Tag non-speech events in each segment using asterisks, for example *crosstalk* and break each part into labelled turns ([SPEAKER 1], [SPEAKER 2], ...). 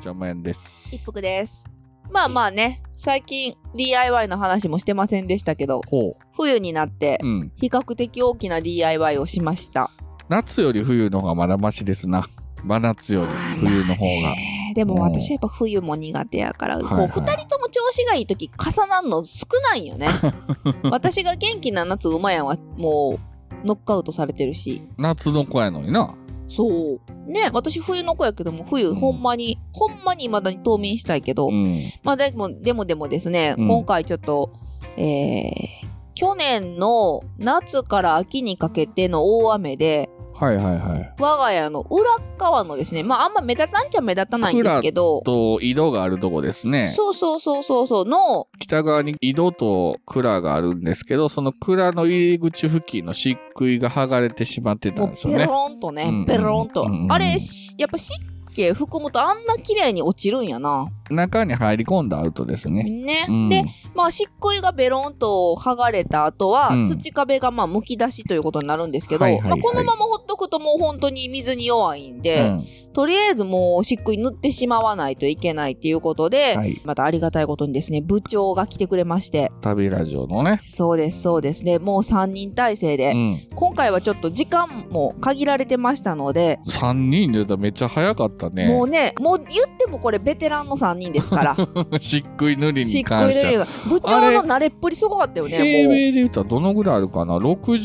[SPEAKER 1] ちょめんです。
[SPEAKER 2] 一服です。まあまあね、最近 DIY の話もしてませんでしたけど、
[SPEAKER 1] ほ
[SPEAKER 2] 冬になって
[SPEAKER 1] う。うん。
[SPEAKER 2] 比較的大きな DIY をしました。
[SPEAKER 1] 夏より冬の方がまだマシですな。真夏より冬の方が。
[SPEAKER 2] ねえで
[SPEAKER 1] うん
[SPEAKER 2] も私はやっぱ冬も苦手やから、こう
[SPEAKER 1] はいはい
[SPEAKER 2] 2人とも調子がいい時重なんの少な
[SPEAKER 1] *laughs*
[SPEAKER 2] いよね私が元気な夏馬やんはもうノックアウトされてるし
[SPEAKER 1] 夏の子やのにな。
[SPEAKER 2] そうね私冬の子やけども冬ほんまに、ほんまに未だに冬眠したいけど、
[SPEAKER 1] うん。
[SPEAKER 2] まあでもでもでもですね、
[SPEAKER 1] うん
[SPEAKER 2] 今回ちょっとえー去年の夏から秋にかけての大雨で
[SPEAKER 1] はいはいはい。
[SPEAKER 2] 我が家の裏側のですねまああんま目立たんちゃ目立たないんですけど
[SPEAKER 1] と、井戸があるとこですね。
[SPEAKER 2] そうそうそうそうそうの
[SPEAKER 1] 北側に井戸と蔵があるんですけど、その蔵の入り口付近の漆喰が剥がれてしまってた
[SPEAKER 2] も
[SPEAKER 1] ん
[SPEAKER 2] う
[SPEAKER 1] ですよ
[SPEAKER 2] ペ
[SPEAKER 1] ね。
[SPEAKER 2] ロンとね、
[SPEAKER 1] うん
[SPEAKER 2] ペロンと、
[SPEAKER 1] うんうん
[SPEAKER 2] あれしやっぱ湿気含むとあんな綺麗に落ちるんやな
[SPEAKER 1] 中に入り込んだアウトですね。
[SPEAKER 2] ね、
[SPEAKER 1] うん、
[SPEAKER 2] でまあ漆喰がベロンと剥がれた後は、
[SPEAKER 1] うん
[SPEAKER 2] 土壁がまあむき出しということになるんですけど、
[SPEAKER 1] はいはいはい
[SPEAKER 2] まあ、このままほっとくともう本当に水に弱いん
[SPEAKER 1] う
[SPEAKER 2] で、
[SPEAKER 1] ん
[SPEAKER 2] とりあえずもう漆喰塗ってしまわないといけないっていうことで、
[SPEAKER 1] はい。
[SPEAKER 2] またありがたいことにですね部長が来てくれまして
[SPEAKER 1] 旅ラジオのね。
[SPEAKER 2] そうですそうですねもう3人体制で、
[SPEAKER 1] うん。
[SPEAKER 2] 今回はちょっと時間も限られてましたので、
[SPEAKER 1] 3人出たらめっちゃ早かったね。
[SPEAKER 2] もうねもう言ってもこれベテランの3人ですから
[SPEAKER 1] *laughs* 漆喰塗り
[SPEAKER 2] 漆
[SPEAKER 1] に関
[SPEAKER 2] 喰
[SPEAKER 1] し
[SPEAKER 2] 塗り
[SPEAKER 1] ては。
[SPEAKER 2] が部長
[SPEAKER 1] あれ
[SPEAKER 2] の慣れっぷりすごかったよね
[SPEAKER 1] 平
[SPEAKER 2] もう
[SPEAKER 1] 米で言ったらどのぐらいあるかな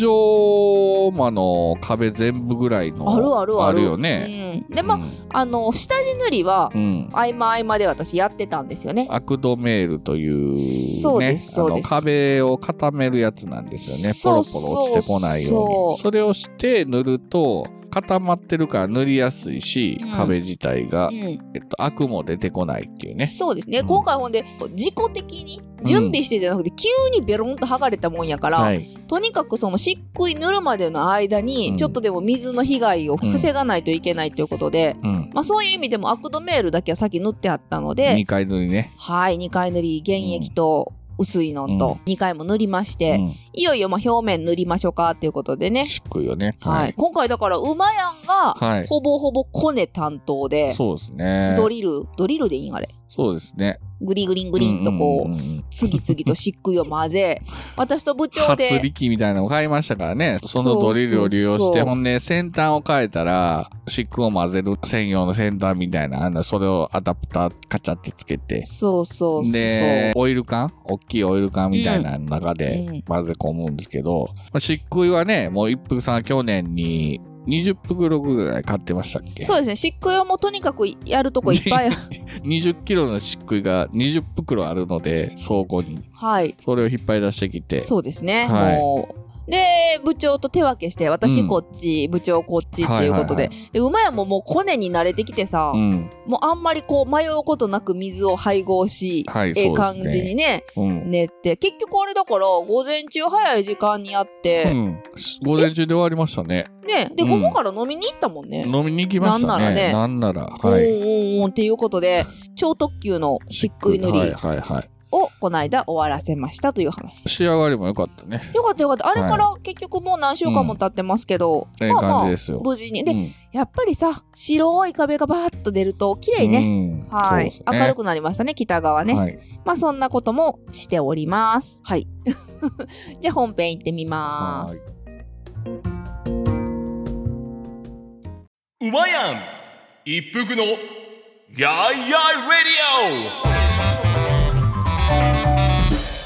[SPEAKER 1] ?6 畳間の壁全部ぐらいの。
[SPEAKER 2] あるあるある
[SPEAKER 1] よね。
[SPEAKER 2] うん、でまあ、あの下地塗りは
[SPEAKER 1] うん。うん
[SPEAKER 2] 合間合間で私やってたんですよね
[SPEAKER 1] アクドメールという、ね、
[SPEAKER 2] そうですそうです
[SPEAKER 1] あの壁を固めるやつなんですよね。ポ
[SPEAKER 2] そ
[SPEAKER 1] ロポ
[SPEAKER 2] う
[SPEAKER 1] ロ落ちてこないように。
[SPEAKER 2] そう
[SPEAKER 1] それをして塗ると固まってるから塗りやすいし、
[SPEAKER 2] うん
[SPEAKER 1] 壁自体が、
[SPEAKER 2] うん
[SPEAKER 1] えっと、アクも出てこないっていうね。
[SPEAKER 2] そうですね、
[SPEAKER 1] うん
[SPEAKER 2] 今回ほんで自己的に準備してじゃなくて、急にベロンと剥がれたもんやから、
[SPEAKER 1] はい。
[SPEAKER 2] とにかくその漆喰塗るまでの間
[SPEAKER 1] うん
[SPEAKER 2] にちょっとでも水の被害を防がないといけないということで、
[SPEAKER 1] うん。
[SPEAKER 2] まあ、そういう意味でもアクドメールだけは先塗ってあったので、
[SPEAKER 1] 2回塗りね。
[SPEAKER 2] はい、2回塗り原液と薄いの
[SPEAKER 1] うん
[SPEAKER 2] と2回も塗りまし
[SPEAKER 1] う
[SPEAKER 2] て、
[SPEAKER 1] ん。
[SPEAKER 2] いよいよまあ表面塗りましょうかっていうことでね、
[SPEAKER 1] 漆喰よね。
[SPEAKER 2] はい。今回だから馬やんが
[SPEAKER 1] はい。
[SPEAKER 2] ほぼほぼコネ担当で、
[SPEAKER 1] そうですね。
[SPEAKER 2] ドリルドリルでいいんあれ
[SPEAKER 1] そうですね。
[SPEAKER 2] グリグリングリンとこう,、
[SPEAKER 1] んんんん
[SPEAKER 2] 次々と漆喰を
[SPEAKER 1] *laughs*
[SPEAKER 2] 混ぜ私と部長
[SPEAKER 1] 初
[SPEAKER 2] で
[SPEAKER 1] 力みたいなのを買いましたからね。そのドリルを利用して、
[SPEAKER 2] そうそうそう
[SPEAKER 1] ほんで先端を変えたら、漆喰を混ぜる専用の先端みたいな、あんなそれをアダプターカチャってつけて。
[SPEAKER 2] そうそうそう
[SPEAKER 1] で、オイル缶大きいオイル缶みたいなの中
[SPEAKER 2] うんう
[SPEAKER 1] で
[SPEAKER 2] ん
[SPEAKER 1] 混ぜ込むんですけど、まあ漆喰はね、もう一服さんは去年に20袋ぐらい買ってましたっけ
[SPEAKER 2] そうですね漆喰はもうとにかくやるとこいっ
[SPEAKER 1] *laughs*
[SPEAKER 2] ぱい
[SPEAKER 1] 20キロの漆喰が20袋あるので、倉庫に。
[SPEAKER 2] はい
[SPEAKER 1] それを引っ張り出してきて。
[SPEAKER 2] そうですね、
[SPEAKER 1] はい
[SPEAKER 2] もうで部長と手分けして私
[SPEAKER 1] うん
[SPEAKER 2] こっち、部長こっちっていうことで,、
[SPEAKER 1] はい
[SPEAKER 2] で馬やんももうコネに慣れてきてさ、
[SPEAKER 1] うん。
[SPEAKER 2] もうあんまりこう迷うことなく水を配合し、
[SPEAKER 1] はい、
[SPEAKER 2] ええ
[SPEAKER 1] そうです
[SPEAKER 2] 感
[SPEAKER 1] ね。
[SPEAKER 2] じにね
[SPEAKER 1] うん。
[SPEAKER 2] 寝て結局あれだから午前中早い時間にやって、
[SPEAKER 1] うん、午前中で終わりましたね。
[SPEAKER 2] ねで、
[SPEAKER 1] うん
[SPEAKER 2] 午後から飲みに行ったもんね。
[SPEAKER 1] 飲みに行きましたね。なんなら,、
[SPEAKER 2] お
[SPEAKER 1] はい。
[SPEAKER 2] んおんおんっていうことで超特急の漆喰塗
[SPEAKER 1] はい
[SPEAKER 2] り
[SPEAKER 1] はいはい。
[SPEAKER 2] をこの間終わらせましたという話。
[SPEAKER 1] 仕上がりも良かったね。
[SPEAKER 2] よかったよかったあれから結局もう何週間も経ってますけど、
[SPEAKER 1] ええ
[SPEAKER 2] まあま
[SPEAKER 1] 感
[SPEAKER 2] あ
[SPEAKER 1] じですよ。
[SPEAKER 2] 無事に
[SPEAKER 1] う
[SPEAKER 2] で
[SPEAKER 1] ん
[SPEAKER 2] やっぱりさ白い壁がバーッと出ると綺麗ね、
[SPEAKER 1] うん
[SPEAKER 2] は
[SPEAKER 1] そう
[SPEAKER 2] い、
[SPEAKER 1] ですね
[SPEAKER 2] 明るくなりましたね北側ね、
[SPEAKER 1] はい。
[SPEAKER 2] まあそんなこともしておりますはい *laughs* じゃあ本編行ってみま
[SPEAKER 1] は
[SPEAKER 2] す
[SPEAKER 1] い。
[SPEAKER 3] うまやん一服のやいやいレディオ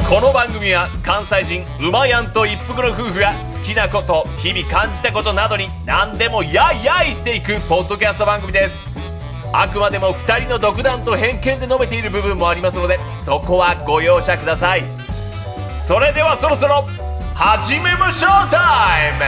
[SPEAKER 3] この番組は関西人うまやんと一服の夫婦が好きなこと日々感じたことなどに何でもやいやい言っていくポッドキャスト番組ですあくまでも2人の独断と偏見で述べている部分もありますのでそこはご容赦くださいそれではそろそろ始めましょうタイム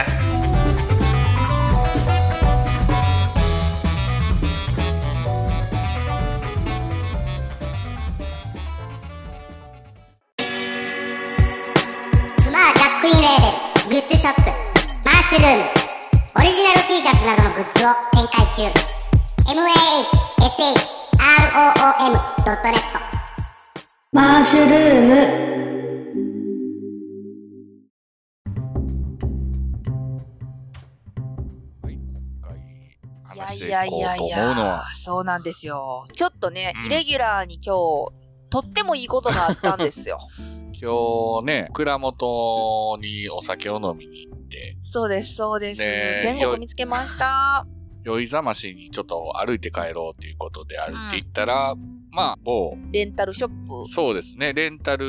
[SPEAKER 4] まあジャックインレーベルグッズショップマッシュルームオリジナル T シャツなどのグッズを展開中 mahshroom.net
[SPEAKER 5] マッシュルーム
[SPEAKER 1] はい今回話
[SPEAKER 2] や
[SPEAKER 1] し
[SPEAKER 2] い
[SPEAKER 1] てい
[SPEAKER 2] やい
[SPEAKER 1] こ
[SPEAKER 2] や
[SPEAKER 1] うと
[SPEAKER 2] い
[SPEAKER 1] 思
[SPEAKER 2] や
[SPEAKER 1] うのは。
[SPEAKER 2] そうなんですよちょっとね、
[SPEAKER 1] うん
[SPEAKER 2] イレギュラーに今日とってもいいことがあったんです
[SPEAKER 1] *laughs*
[SPEAKER 2] よ
[SPEAKER 1] 今日ね、蔵元にお酒を飲みに行って、
[SPEAKER 2] そうですそうです、
[SPEAKER 1] ねえ
[SPEAKER 2] 天
[SPEAKER 1] よ
[SPEAKER 2] 国見つけました
[SPEAKER 1] 酔いざましにちょっと歩いて帰ろうということで歩いて行ったら、まあ、某、
[SPEAKER 2] レンタルショップ
[SPEAKER 1] そうですね、レンタル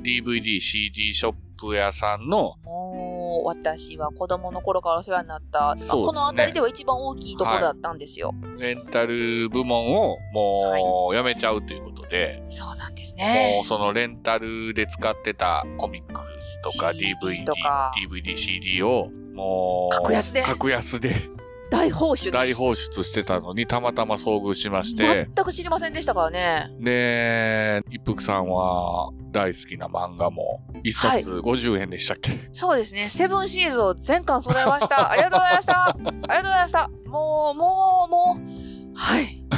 [SPEAKER 1] DVD、CD ショップ屋さんの、
[SPEAKER 2] もう私は子供の頃からお世話になった、ま
[SPEAKER 1] そ
[SPEAKER 2] あ
[SPEAKER 1] うですね
[SPEAKER 2] この辺りでは一番大きいところだったんですよ、
[SPEAKER 1] レンタル部門をもうやめちゃうということで、
[SPEAKER 2] そうなんです
[SPEAKER 1] も
[SPEAKER 2] ね
[SPEAKER 1] うそのレンタルで使ってたコミックスとか
[SPEAKER 2] CD
[SPEAKER 1] DVD
[SPEAKER 2] とか
[SPEAKER 1] DVD、CD をもう
[SPEAKER 2] 格安で
[SPEAKER 1] 格安で
[SPEAKER 2] 大放出
[SPEAKER 1] 大放出してたのにたまたま遭遇しまして、
[SPEAKER 2] 全く知りませんでしたからね
[SPEAKER 1] で、一服さんは大好きな漫画も一冊50円でしたっけ、
[SPEAKER 2] そうですねセブンシーズを全巻揃えました
[SPEAKER 1] *laughs*
[SPEAKER 2] ありがとうございましたありがとうございましたもうもうもうはい *laughs*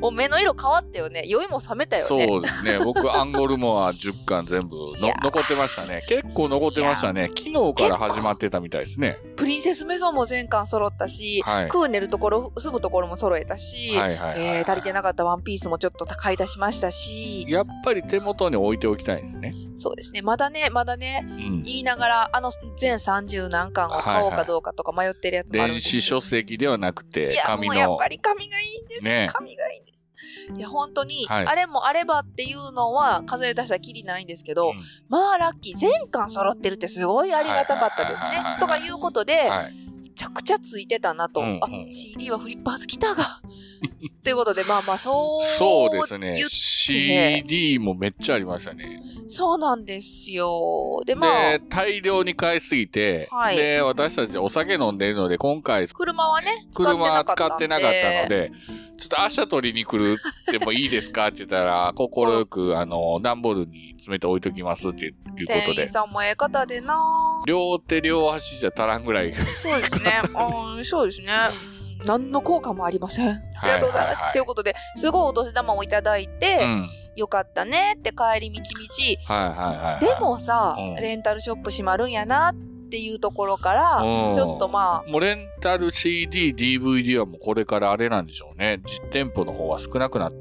[SPEAKER 2] もう目の色変わったよね酔いも覚めたよね
[SPEAKER 1] そうですね。僕、アンゴルモア10巻全部
[SPEAKER 2] い
[SPEAKER 1] の
[SPEAKER 2] やー
[SPEAKER 1] 残ってましたね。結構残ってましたね。昨日から始まってたみたいですね。
[SPEAKER 2] プリンセスメゾンも全巻揃ったし、
[SPEAKER 1] はい
[SPEAKER 2] クーネルところ住むところも揃えたし、
[SPEAKER 1] はいはいはい
[SPEAKER 2] えー足りてなかったワンピースもちょっと買い出しましたし
[SPEAKER 1] やっぱり手元に置いておきたいですね。
[SPEAKER 2] そうですね。まだね、まだね
[SPEAKER 1] う、ん。
[SPEAKER 2] 言いながら、あの全30何巻を買おうかどうかとか迷ってるやつもある
[SPEAKER 1] 電
[SPEAKER 2] んです
[SPEAKER 1] 子書籍ではなく
[SPEAKER 2] い
[SPEAKER 1] て、
[SPEAKER 2] や、
[SPEAKER 1] 紙
[SPEAKER 2] もうやっ
[SPEAKER 1] の
[SPEAKER 2] ぱ。り紙がいいんです。
[SPEAKER 1] ね
[SPEAKER 2] 紙がいいんです。いや、本当に、
[SPEAKER 1] はい
[SPEAKER 2] あれもあればっていうのは数え出したらきりないんですけど、
[SPEAKER 1] うん
[SPEAKER 2] まあラッキー、全巻揃ってるってすごいありがたかったです
[SPEAKER 1] はいはいはいは
[SPEAKER 2] ね
[SPEAKER 1] い。
[SPEAKER 2] とかいうことで、
[SPEAKER 1] はい。
[SPEAKER 2] めちゃくちゃついてたなと。
[SPEAKER 1] うん
[SPEAKER 2] あ
[SPEAKER 1] う、ん
[SPEAKER 2] CD はフリッパーズギタ
[SPEAKER 1] *laughs*
[SPEAKER 2] ーが。ということで、まあまあ、そう。
[SPEAKER 1] そうですね
[SPEAKER 2] 言。っ
[SPEAKER 1] CD もめっちゃありましたね。
[SPEAKER 2] そうなんですよ。で、まあ、
[SPEAKER 1] で、大量に買いすぎて
[SPEAKER 2] は、い
[SPEAKER 1] で、私たちお酒飲んでるので、今回、
[SPEAKER 2] 車はね、使って
[SPEAKER 1] 車
[SPEAKER 2] なかったんで。
[SPEAKER 1] 使ってなかったの。で、ちょっと明日取りに来るってもいいですかって言った
[SPEAKER 2] *laughs*
[SPEAKER 1] ら、心よく、あの、段ボールに詰めて置いときますっていうこと
[SPEAKER 2] 店
[SPEAKER 1] で
[SPEAKER 2] 員、さんもええ方でな
[SPEAKER 1] 両手両足じゃ足らんぐらい。
[SPEAKER 2] そうで
[SPEAKER 1] *laughs*
[SPEAKER 2] すね。うん、そうですね。うん何の効果もありません。ありがとうございます。と、、
[SPEAKER 1] はい
[SPEAKER 2] うことで、すごいお年玉をいただいて、
[SPEAKER 1] うん。はい
[SPEAKER 2] よかったねって帰り道道。
[SPEAKER 1] はいはいはい。
[SPEAKER 2] でもさ、
[SPEAKER 1] うん
[SPEAKER 2] レンタルショップ閉まるんやなっていうところから、
[SPEAKER 1] うん、
[SPEAKER 2] ちょっとま
[SPEAKER 1] もうレンタル CD、DVD はもうこれからあれなんでしょうね。実店舗の方は少なくなっ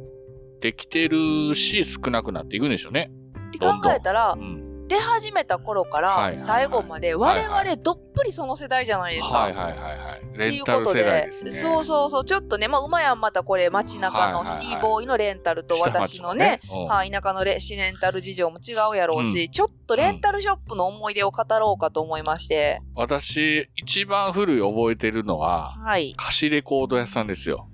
[SPEAKER 1] てきてるし、少なくなっていくんでしょうね。
[SPEAKER 2] あ、って考えたら
[SPEAKER 1] う、ん。
[SPEAKER 2] 出始めた頃か
[SPEAKER 1] はいはい
[SPEAKER 2] ら
[SPEAKER 1] はい
[SPEAKER 2] 最後まで、我
[SPEAKER 1] はい
[SPEAKER 2] 々どっぷりその世代じゃないですか。
[SPEAKER 1] はいはいはいはい。
[SPEAKER 2] って
[SPEAKER 1] レ
[SPEAKER 2] い
[SPEAKER 1] ン
[SPEAKER 2] う
[SPEAKER 1] タ
[SPEAKER 2] こ
[SPEAKER 1] ル
[SPEAKER 2] と
[SPEAKER 1] 世代
[SPEAKER 2] で
[SPEAKER 1] ですね。
[SPEAKER 2] そうそうそう、ちょっとね、まあ、馬やんまたこれ、街中
[SPEAKER 1] はいは
[SPEAKER 2] の
[SPEAKER 1] い
[SPEAKER 2] シ
[SPEAKER 1] はい
[SPEAKER 2] ティボーイのレンタルと
[SPEAKER 1] 下町
[SPEAKER 2] 私のね、。
[SPEAKER 1] うん
[SPEAKER 2] はい、田舎のレシレンタル事情も違うやろうし、ちょっとレンタルショップの思い出を語ろうかと思いまして、
[SPEAKER 1] 私、一番古い覚えてるのは、
[SPEAKER 2] はい。
[SPEAKER 1] 歌詞レコード屋さんですよ。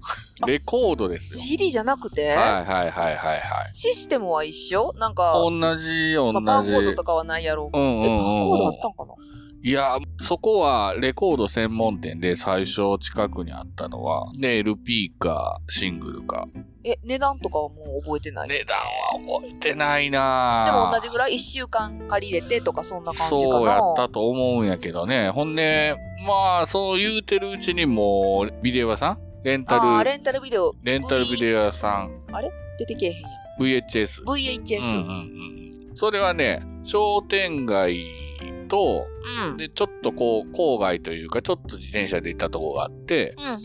[SPEAKER 1] レコードですよ。
[SPEAKER 2] CD じゃなくて、
[SPEAKER 1] はいはいはいはいはい。
[SPEAKER 2] システムは一緒なんか、
[SPEAKER 1] 同じ、同
[SPEAKER 2] まあ、
[SPEAKER 1] じ。
[SPEAKER 2] バーコードとかはないやろうけ
[SPEAKER 1] う
[SPEAKER 2] ど。
[SPEAKER 1] んうん
[SPEAKER 2] え、バーコードあった
[SPEAKER 1] うん
[SPEAKER 2] かな
[SPEAKER 1] うん。いや、そこはレコード専門店で最初近くにあったのは、ね、LP かシングルか。
[SPEAKER 2] え、値段とかはもう覚えてない。
[SPEAKER 1] 値段は覚えてないな
[SPEAKER 2] で
[SPEAKER 1] ぁ
[SPEAKER 2] も同じぐらい1週間借りれてとかそんな感じか
[SPEAKER 1] そうやっ
[SPEAKER 2] な。
[SPEAKER 1] たと思うんやけどね。ほんで、まあ、そう言うてるうちにもう、ビデオ屋さんレンタ
[SPEAKER 2] あー
[SPEAKER 1] ル、
[SPEAKER 2] レンタルビデオ
[SPEAKER 1] レンタルビデオ屋さん、
[SPEAKER 2] 出てけえへんやん。
[SPEAKER 1] VHS。
[SPEAKER 2] VHS。
[SPEAKER 1] うんうんうん、それはね商店街と
[SPEAKER 2] うん。
[SPEAKER 1] でちょっとこう郊外というかちょっと自転車で行ったとこがあって
[SPEAKER 2] うんうんうん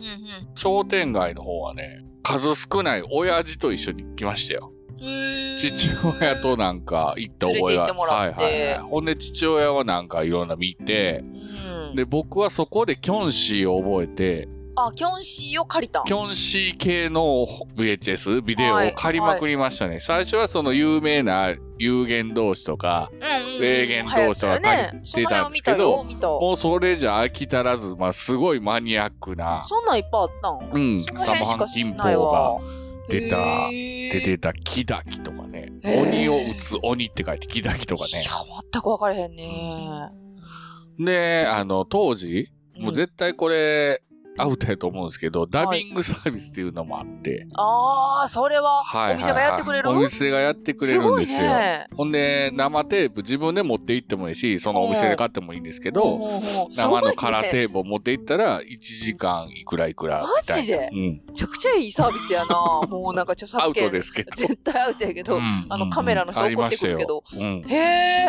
[SPEAKER 1] 商店街の方はね数少ない親父と一緒に来ましたよ。
[SPEAKER 2] うーん
[SPEAKER 1] 父親となんか行った覚え
[SPEAKER 2] 連れて行
[SPEAKER 1] が
[SPEAKER 2] ってもらって
[SPEAKER 1] はいはいはい、ほんで父親はなんかいろんな見て
[SPEAKER 2] うん
[SPEAKER 1] で僕はそこでキョンシーを覚えて
[SPEAKER 2] あ、キョンシーを借りたん。
[SPEAKER 1] キョンシー系の VHS ビデオを借りまくりましたね、最初はその有名な有限同士とか
[SPEAKER 2] うんうん。
[SPEAKER 1] 霊言同士とか借りてたんですけど
[SPEAKER 2] 流行ったよねその辺を見たよ、見
[SPEAKER 1] もうそれじゃ飽き足らず、まあ、すごいマニアックな
[SPEAKER 2] た。、そんなんいっぱいあったん
[SPEAKER 1] うん、
[SPEAKER 2] その
[SPEAKER 1] サ
[SPEAKER 2] 辺
[SPEAKER 1] マ
[SPEAKER 2] し
[SPEAKER 1] ハン金
[SPEAKER 2] か知ん
[SPEAKER 1] 棒
[SPEAKER 2] ない
[SPEAKER 1] が。
[SPEAKER 2] わ
[SPEAKER 1] 出た
[SPEAKER 2] へー
[SPEAKER 1] 出てたキダキとかね、
[SPEAKER 2] へー
[SPEAKER 1] 鬼を打つ鬼って書いてキダキとか
[SPEAKER 2] い
[SPEAKER 1] ね。
[SPEAKER 2] や、全く分からへんね。
[SPEAKER 1] で、あの、当時、もう
[SPEAKER 2] うん
[SPEAKER 1] 絶対これ、アウトやと思うんですけど、ダビングサービスっていうのもあって、
[SPEAKER 2] ああ、それは、
[SPEAKER 1] はいはいはい
[SPEAKER 2] お店がやってくれる
[SPEAKER 1] お店がやってくれるんですよ。
[SPEAKER 2] すごいね
[SPEAKER 1] ほんで、生テープ自分で持って行ってもいいし、そのお店で買ってもいいんですけど、
[SPEAKER 2] ほうほうほう
[SPEAKER 1] 生のカラ
[SPEAKER 2] すごいね
[SPEAKER 1] テープを持って行ったら、1時間いくらいくらみたいな。
[SPEAKER 2] マジで
[SPEAKER 1] うん。
[SPEAKER 2] めちゃくちゃいいサービスやな。もうなんか著
[SPEAKER 1] ア
[SPEAKER 2] 作
[SPEAKER 1] ウト
[SPEAKER 2] 権。
[SPEAKER 1] ですけど。
[SPEAKER 2] 絶対アウトやけど。
[SPEAKER 1] うん
[SPEAKER 2] あのカメラの人
[SPEAKER 1] うんうん
[SPEAKER 2] 怒ってくるけど
[SPEAKER 1] ありましたよ
[SPEAKER 2] へ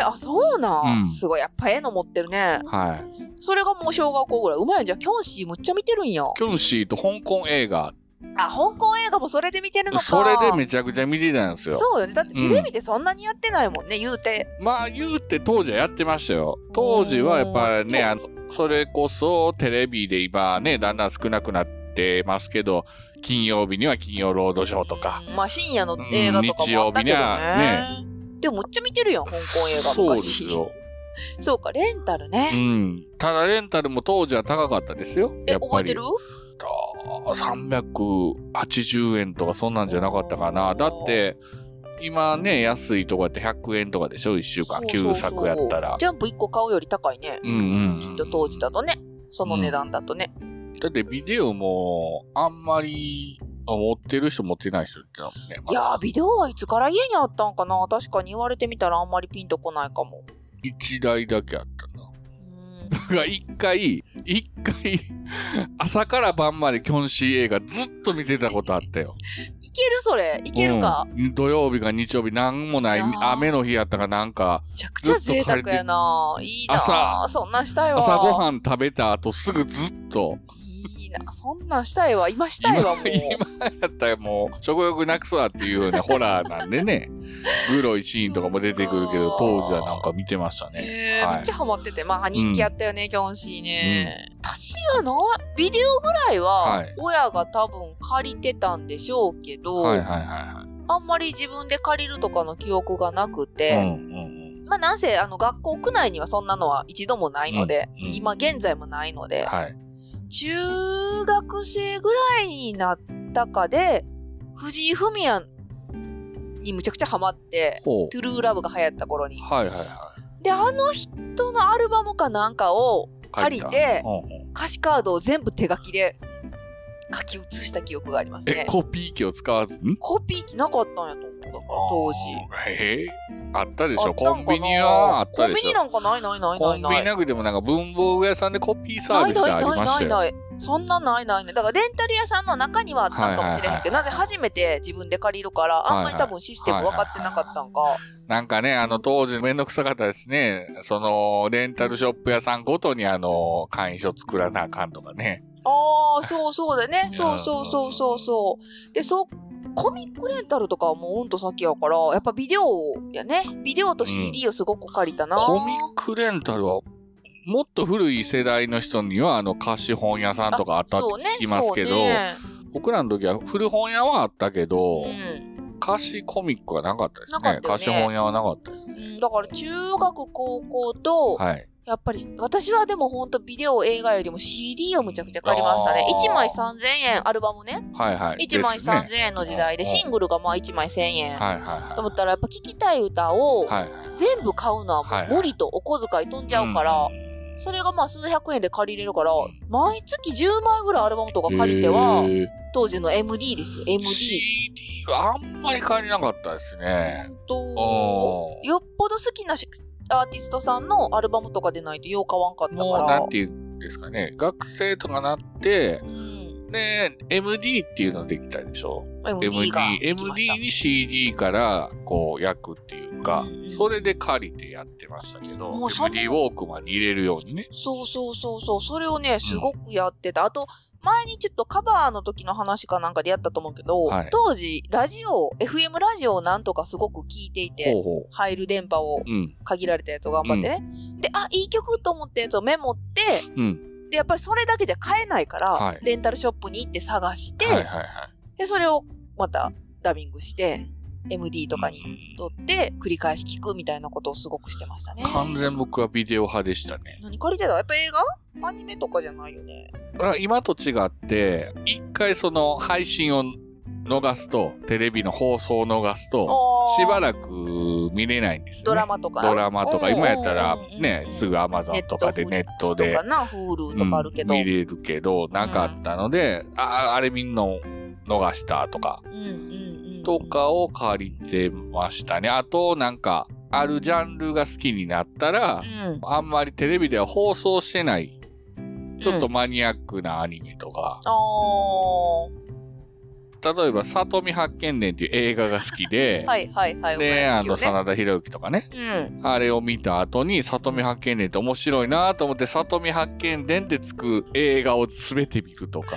[SPEAKER 2] え、あ、そうなん、
[SPEAKER 1] うん
[SPEAKER 2] すごい。やっぱええの持ってるね
[SPEAKER 1] う。ん。はい。
[SPEAKER 2] それがもう小学校ぐらい。うまいやんじゃあ、キョンシーむっちゃ見てるるんや。
[SPEAKER 1] キョンシーと香港映画、
[SPEAKER 2] あ、香港映画もそれで見てるのか。
[SPEAKER 1] それでめちゃくちゃ見てたんですよ。
[SPEAKER 2] そうよね。だってテレビでそんなにやってないもんね、言うて。
[SPEAKER 1] まあ言うて当時はやってましたよ。当時はやっぱりね、あの、それこそテレビで今ね、だんだん少なくなってますけど、金曜日には金曜ロードショーとか。
[SPEAKER 2] まあ深夜の映画とかもあったけど
[SPEAKER 1] うん日曜日に
[SPEAKER 2] ね。でもめっちゃ見てるやん、香港映画昔。
[SPEAKER 1] そうですよ。
[SPEAKER 2] そうか、レンタル
[SPEAKER 1] う
[SPEAKER 2] ね。
[SPEAKER 1] ん。ただレンタルも当時は高かったですよ。
[SPEAKER 2] え、
[SPEAKER 1] やっぱ
[SPEAKER 2] 覚え
[SPEAKER 1] り
[SPEAKER 2] てる。
[SPEAKER 1] あー380円とかそんなんじゃなかったかな。だって、今ね、安いとこやって100円とかでしょ ?1 週間、
[SPEAKER 2] そうそう
[SPEAKER 1] 旧
[SPEAKER 2] そう
[SPEAKER 1] 作やったら。
[SPEAKER 2] ジャンプ1個買うより高いね。
[SPEAKER 1] うんうんうん
[SPEAKER 2] きっと当時だとね。その値段だとね。
[SPEAKER 1] だってビデオも、あんまり、あ持ってる人持ってない人ってなんね。ま
[SPEAKER 2] い
[SPEAKER 1] あ
[SPEAKER 2] やー、ビデオはいつから家にあったんかな確かに言われてみたらあんまりピンとこないかも。
[SPEAKER 1] 一台だけあったな。 *laughs*
[SPEAKER 2] うーん
[SPEAKER 1] だから一回、一回、 *laughs* 朝から晩までキョンシー映画ずっと見てたことあったよ。
[SPEAKER 2] いけるそれ。いけるか。
[SPEAKER 1] うん土曜日か日曜日なんもない
[SPEAKER 2] あ、ー
[SPEAKER 1] 雨の日やったかなんか、
[SPEAKER 2] めちゃくちゃ贅沢やな。いいな。
[SPEAKER 1] 朝
[SPEAKER 2] そんなんしたいわ。
[SPEAKER 1] 朝ごはん食べた後すぐずっと、
[SPEAKER 2] いいな。そんなんしたいわ。今したいわ、もう。
[SPEAKER 1] 今やったらもう、食欲なくすわっていうよ
[SPEAKER 2] *laughs*
[SPEAKER 1] うなホラーなんでね、グロいシーンとかも出てくるけど、
[SPEAKER 2] そうか
[SPEAKER 1] 当時はなんか見てましたね。
[SPEAKER 2] えー
[SPEAKER 1] はい
[SPEAKER 2] めっちゃハマってて、まあ人気あったよね、キョンシーね。私はな、ビデオぐらい
[SPEAKER 1] は
[SPEAKER 2] はい親が多分借りてたんでしょうけど、
[SPEAKER 1] はいはいは
[SPEAKER 2] あんまり自分で借りるとかの記憶がな
[SPEAKER 1] い
[SPEAKER 2] く
[SPEAKER 1] はい。
[SPEAKER 2] て、
[SPEAKER 1] うんうんうん
[SPEAKER 2] まあなんせあの学校区内にはそんなのは一度もないので、
[SPEAKER 1] うんうん
[SPEAKER 2] 今現在もないので、
[SPEAKER 1] はい。
[SPEAKER 2] 中学生ぐらいになったかで、藤井フミヤにむちゃくちゃハマって、
[SPEAKER 1] ほ
[SPEAKER 2] トゥルーラブが流行った頃に。
[SPEAKER 1] はいはいは
[SPEAKER 2] で、あの人のアルバムかなんかを
[SPEAKER 1] い。
[SPEAKER 2] 借り
[SPEAKER 1] た
[SPEAKER 2] て、
[SPEAKER 1] うんうん
[SPEAKER 2] 歌詞カードを全部手書きで書き写した記憶があります
[SPEAKER 1] え、
[SPEAKER 2] ね。
[SPEAKER 1] コピー機を使わずに
[SPEAKER 2] コピー機なかったんやと思う。だから当時。。
[SPEAKER 1] えーあったでし
[SPEAKER 2] あ
[SPEAKER 1] ょ
[SPEAKER 2] ったんか
[SPEAKER 1] コ
[SPEAKER 2] な
[SPEAKER 1] ンビニはあったで
[SPEAKER 2] コンビ
[SPEAKER 1] し
[SPEAKER 2] ニ
[SPEAKER 1] ょ
[SPEAKER 2] なんかないないない
[SPEAKER 1] コン
[SPEAKER 2] ない
[SPEAKER 1] ビ
[SPEAKER 2] な
[SPEAKER 1] ニ
[SPEAKER 2] い。
[SPEAKER 1] なくてもなんか文房具屋さんでコピーサー
[SPEAKER 2] な
[SPEAKER 1] ビ
[SPEAKER 2] い
[SPEAKER 1] スって
[SPEAKER 2] な
[SPEAKER 1] あ
[SPEAKER 2] い
[SPEAKER 1] り
[SPEAKER 2] ない
[SPEAKER 1] まし
[SPEAKER 2] な
[SPEAKER 1] た
[SPEAKER 2] い
[SPEAKER 1] よ。
[SPEAKER 2] ない。そんなんないないね。だからレンタル屋さんの中にはあったんかもしれへんけど、なぜ初めて自分で借りるから、あんまり多分システム分かってなかったんか。
[SPEAKER 1] なんかね、あの当時めんどくさかったですね。その、レンタルショップ屋さんごとにあの、会員証作らなあかんとかね。
[SPEAKER 2] ああ、そうそうだね。そうそうそうそうそう。で、そう、コミックレンタルとかはもううんと先やから、やっぱビデオやね。ビデオと CD をすごく借りたな。
[SPEAKER 1] コミックレンタルは、もっと古い世代の人にはあの貸し本屋さんとかあったって
[SPEAKER 2] そうね
[SPEAKER 1] 聞きますけど、
[SPEAKER 2] そうね
[SPEAKER 1] 僕らの時は古本屋はあったけど、
[SPEAKER 2] うん
[SPEAKER 1] 貸しコミックはなかったです
[SPEAKER 2] なか
[SPEAKER 1] ね。
[SPEAKER 2] ったよね
[SPEAKER 1] 貸し本屋はなかったです
[SPEAKER 2] う
[SPEAKER 1] ね。
[SPEAKER 2] ん、だから中学高校と、
[SPEAKER 1] はい。
[SPEAKER 2] やっぱり私はでもほんとビデオ映画よりも CD をむちゃくちゃ借りましたね
[SPEAKER 1] あー
[SPEAKER 2] 1枚3000円アルバムね
[SPEAKER 1] はいはい。
[SPEAKER 2] 1枚
[SPEAKER 1] ですね
[SPEAKER 2] 3000円の時代で
[SPEAKER 1] うん
[SPEAKER 2] シングルがまあ1枚1000円
[SPEAKER 1] はいはい
[SPEAKER 2] と
[SPEAKER 1] は
[SPEAKER 2] 思ったらやっぱ聴きたい歌を
[SPEAKER 1] い。はいはい。
[SPEAKER 2] 全部買うのは
[SPEAKER 1] はいはい
[SPEAKER 2] も
[SPEAKER 1] う
[SPEAKER 2] 無理とお小遣い飛んじゃうから
[SPEAKER 1] ん、
[SPEAKER 2] それがまあ数百円で借りれるから毎月10枚ぐらいアルバムとか借りては
[SPEAKER 1] えー
[SPEAKER 2] 当時の MD ですよ MD
[SPEAKER 1] CD があんまり借りなかったですね。
[SPEAKER 2] と
[SPEAKER 1] おー
[SPEAKER 2] よっぽど好きなしアーティストさんのアルバムとかでないとよう買わんかったか
[SPEAKER 1] もう
[SPEAKER 2] ら
[SPEAKER 1] なんていうんですかね、学生とかなって、
[SPEAKER 2] うん
[SPEAKER 1] ね、MD っていうのできたでしょ
[SPEAKER 2] MD
[SPEAKER 1] ?MD
[SPEAKER 2] が、来ました
[SPEAKER 1] MD に CD からこう焼くっていうか
[SPEAKER 2] う、ん
[SPEAKER 1] それで借りてやってましたけど、
[SPEAKER 2] もうそんな
[SPEAKER 1] MD ウォークマンに入れるようにね。
[SPEAKER 2] そうそうそうそう。それをね、すごくやってた。あと、前にちょっとカバーの時の話かなんかでやったと思うけど、
[SPEAKER 1] はい
[SPEAKER 2] 当時、ラジオ、FM ラジオをなんとかすごく聞いていて、
[SPEAKER 1] うほ
[SPEAKER 2] 入る電波を
[SPEAKER 1] う。うん。
[SPEAKER 2] 限られたやつを頑張ってね。で、あ、いい曲と思ったやつをメモって、
[SPEAKER 1] うん。
[SPEAKER 2] で、やっぱりそれだけじゃ買えないから、
[SPEAKER 1] はい
[SPEAKER 2] レンタルショップに行って探して、
[SPEAKER 1] はいはいはい。
[SPEAKER 2] で、それをまたダビングして、MD とかに
[SPEAKER 1] うん
[SPEAKER 2] 撮って、繰り返し聞くみたいなことをすごくしてましたね。
[SPEAKER 1] 完全僕はビデオ派でしたね。
[SPEAKER 2] 何借りてたやっぱ映画アニメとかじゃないよね。
[SPEAKER 1] あ今と違って、一回その配信を逃すと、テレビの放送を逃すと、
[SPEAKER 2] あー
[SPEAKER 1] しばらく見れないんですよ、ね。
[SPEAKER 2] ドラマとか
[SPEAKER 1] ドラマとか、
[SPEAKER 2] うん
[SPEAKER 1] 今やったら
[SPEAKER 2] うんうんうん
[SPEAKER 1] ね、すぐ Amazon とかでネットで
[SPEAKER 2] とかな Hulu とかあるけど、
[SPEAKER 1] うん見れるけど、なかったので、ああれみんな逃したとか、
[SPEAKER 2] うんうんうん
[SPEAKER 1] とかを借りてましたね。あと、なんか、あるジャンルが好きになったら
[SPEAKER 2] う、ん
[SPEAKER 1] あんまりテレビでは放送してない、ちょっと
[SPEAKER 2] うん
[SPEAKER 1] マニアックなアニメとか、
[SPEAKER 2] あー
[SPEAKER 1] 例えば、里見八犬伝っていう映画が好きで、
[SPEAKER 2] *laughs* はいはいはい。
[SPEAKER 1] で、あの、
[SPEAKER 2] さ
[SPEAKER 1] 真田広之とかね、
[SPEAKER 2] うん。
[SPEAKER 1] あれを見た後に、里見八犬伝って面白いなと思って、里見八犬伝ってつく映画を全て見ると
[SPEAKER 2] *laughs*
[SPEAKER 1] か、